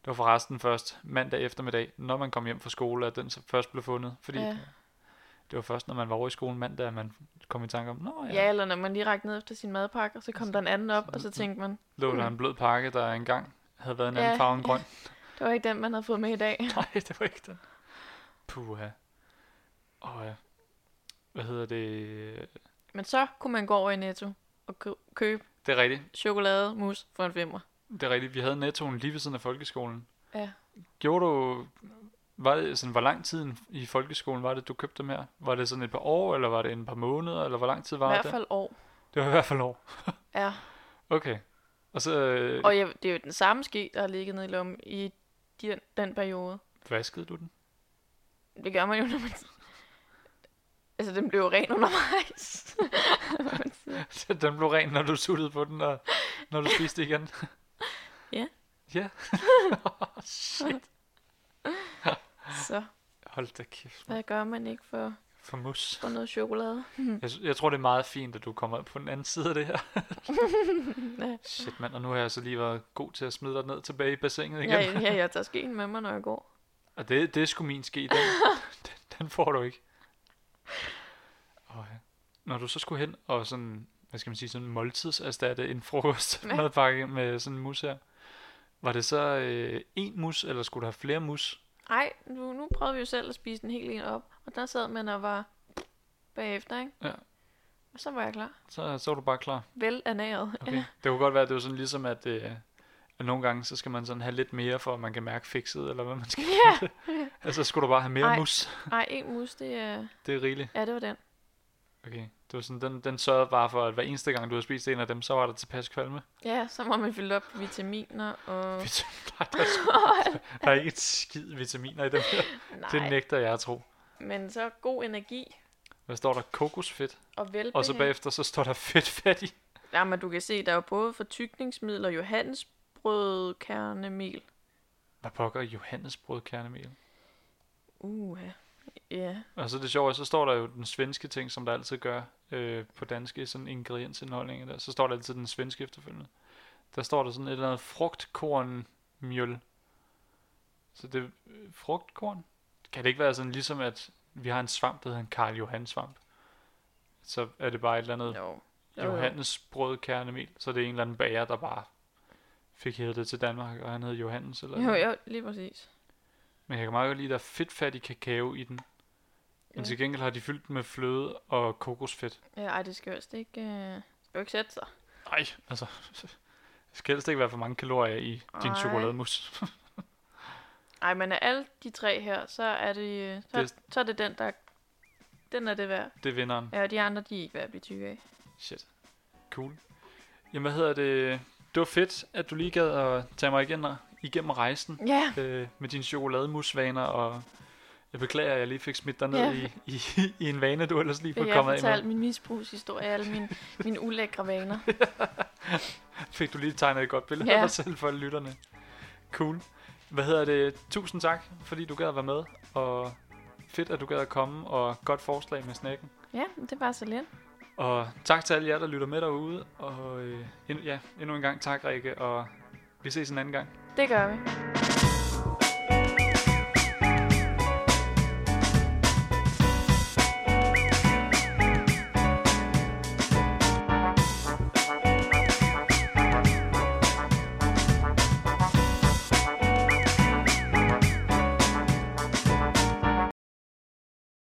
det var forresten først mandag eftermiddag, når man kom hjem fra skole, at den så først blev fundet. Fordi ja. Ja. det var først, når man var over i skolen mandag, at man kom i tanke om, nå ja, ja, eller når man lige rakte ned efter sin madpakke, og så kom der en anden op, og så tænkte man, lå der en blød pakke, der engang havde været en anden Ja. farve end grøn. det var ikke den, man havde fået med i dag. [laughs] Nej, det var ikke den. Puha. Og øh, hvad hedder det? Men så kunne man gå over i Netto og kø- købe Det er rigtigt. chokolade mus for en femmer. Det er rigtigt. Vi havde nettoen lige ved siden af folkeskolen. Ja. Gjorde du... Var det sådan, hvor lang tid i folkeskolen var det, du købte dem her? Var det sådan et par år, eller var det en par måneder, eller hvor lang tid I var hvert det? fald år. Det var i hvert fald år. Ja. Okay. Og så øh, Og jeg, det er jo den samme ske, der har ligget nede i lommen i de, den periode. vaskede du den? [laughs] Det gør man jo, når man... Altså, den blev jo [laughs] ren undervejs. Hvad man siger. den blev ren, når du suttede på den, og når du spiste igen? Ja. Ja? Shit. så [laughs] Hold da kæft. mand. hvad gør man ikke for, For mus. for noget chokolade? Jeg, s- jeg tror, det er meget fint, at du kommer på den anden side af det [laughs] her. Shit, mand. Og nu har jeg så lige været god til at smide dig ned tilbage i bassinet igen. Ja, Ja, ja. ja, jeg tager skeen med mig, når jeg går. Og det, det er sgu min ske. Den, [laughs] den, den får du ikke. Og, ja. Når du så skulle hen og sådan, hvad skal man sige, sådan måltidserstatte en frokost Ja. madpakke med sådan en mus her, var det så øh, én mus, eller skulle du have flere mus? Ej, nu, nu prøvede vi jo selv at spise den helt en op. Og der sad man og var bagefter, ikke? Ja. Og så var jeg klar. Så, så var du bare klar. Vel ernæret. Okay. Det kunne godt være, at det var sådan ligesom, at, øh, at nogle gange, så skal man sådan have lidt mere, for at man kan mærke fikset, eller hvad man skal Ja. Altså, skulle du bare have mere Ej. Ej. mus? Ej, en mus, det er... Det er rigeligt. Ja, det var den. Okay. Det var sådan, den, den sørgede bare for, at hver eneste gang, du havde spist en af dem, så var der tilpas kvalme. Ja, så må man fylde op på vitaminer og... Vit- [laughs] Nej, der, er sgu- der er ikke et skid vitaminer i dem her. Det Nej, nægter jeg at tro. men så god energi Hvad står der? Kokosfedt. og velbehag. Og så bagefter, så står der fedt fattig. Ja, men du kan se, der er jo både fortykningsmidler, johannesbrød, kernemel. Hvad pokker Johannesbrød kernemel? Uh, ja. Og så det sjove er, så står der jo den svenske ting, som der altid gør øh, på danske sådan ingrediensindholdninger der. Så står der altid den svenske efterfølgende. Der står der sådan et eller andet frugtkornmjøl. Så det øh, frugtkorn? Kan det ikke være sådan ligesom, at vi har en svamp, der hedder en Karl Johan svamp? Så er det bare et eller andet Jo. jo. jo. Johannes brødkernemel. Så er det en eller anden bager, der bare fik hævet det til Danmark, og han hed Johannes. Eller Jo, jo, lige præcis. men jeg kan meget godt lide, at der er fedtfattig kakao i den. Men Ja. til gengæld har de fyldt den med fløde og kokosfedt. Ja, ej, det skal jo helst ikke... Øh... Det skal jo ikke sætte sig. Ej, altså. [laughs] Der skal helst ikke være for mange kalorier i din Ej. chokolademus. [laughs] Ej, men af alle de tre her, så er det, øh, så, Det- det... så er det den, der... Den er det værd. Det er vinderen. Ja, og de andre, de er ikke værd at blive tykke af. Shit. Cool. Jamen, hvad hedder det? Det var fedt, at du lige gad at tage mig igen igennem rejsen Ja, øh, med dine chokolademusvaner, og jeg beklager, at jeg lige fik smidt dig ned Ja. i, i, i, en vane, du ellers lige vil var jeg kommet af med. fortælle min misbrugshistorie, alle mine, mine [laughs] ulækre vaner. Fik du lige tegnet et godt billede Ja. af dig selv for lytterne. Cool. Hvad hedder det? Tusind tak, fordi du gad at være med. Og fedt, at du gad at komme. Og godt forslag med snakken. Ja, det var så lidt. Og tak til alle jer, der lytter med derude. Og øh, endnu, ja, endnu en gang tak, Rikke. Og vi ses en anden gang. Det gør vi.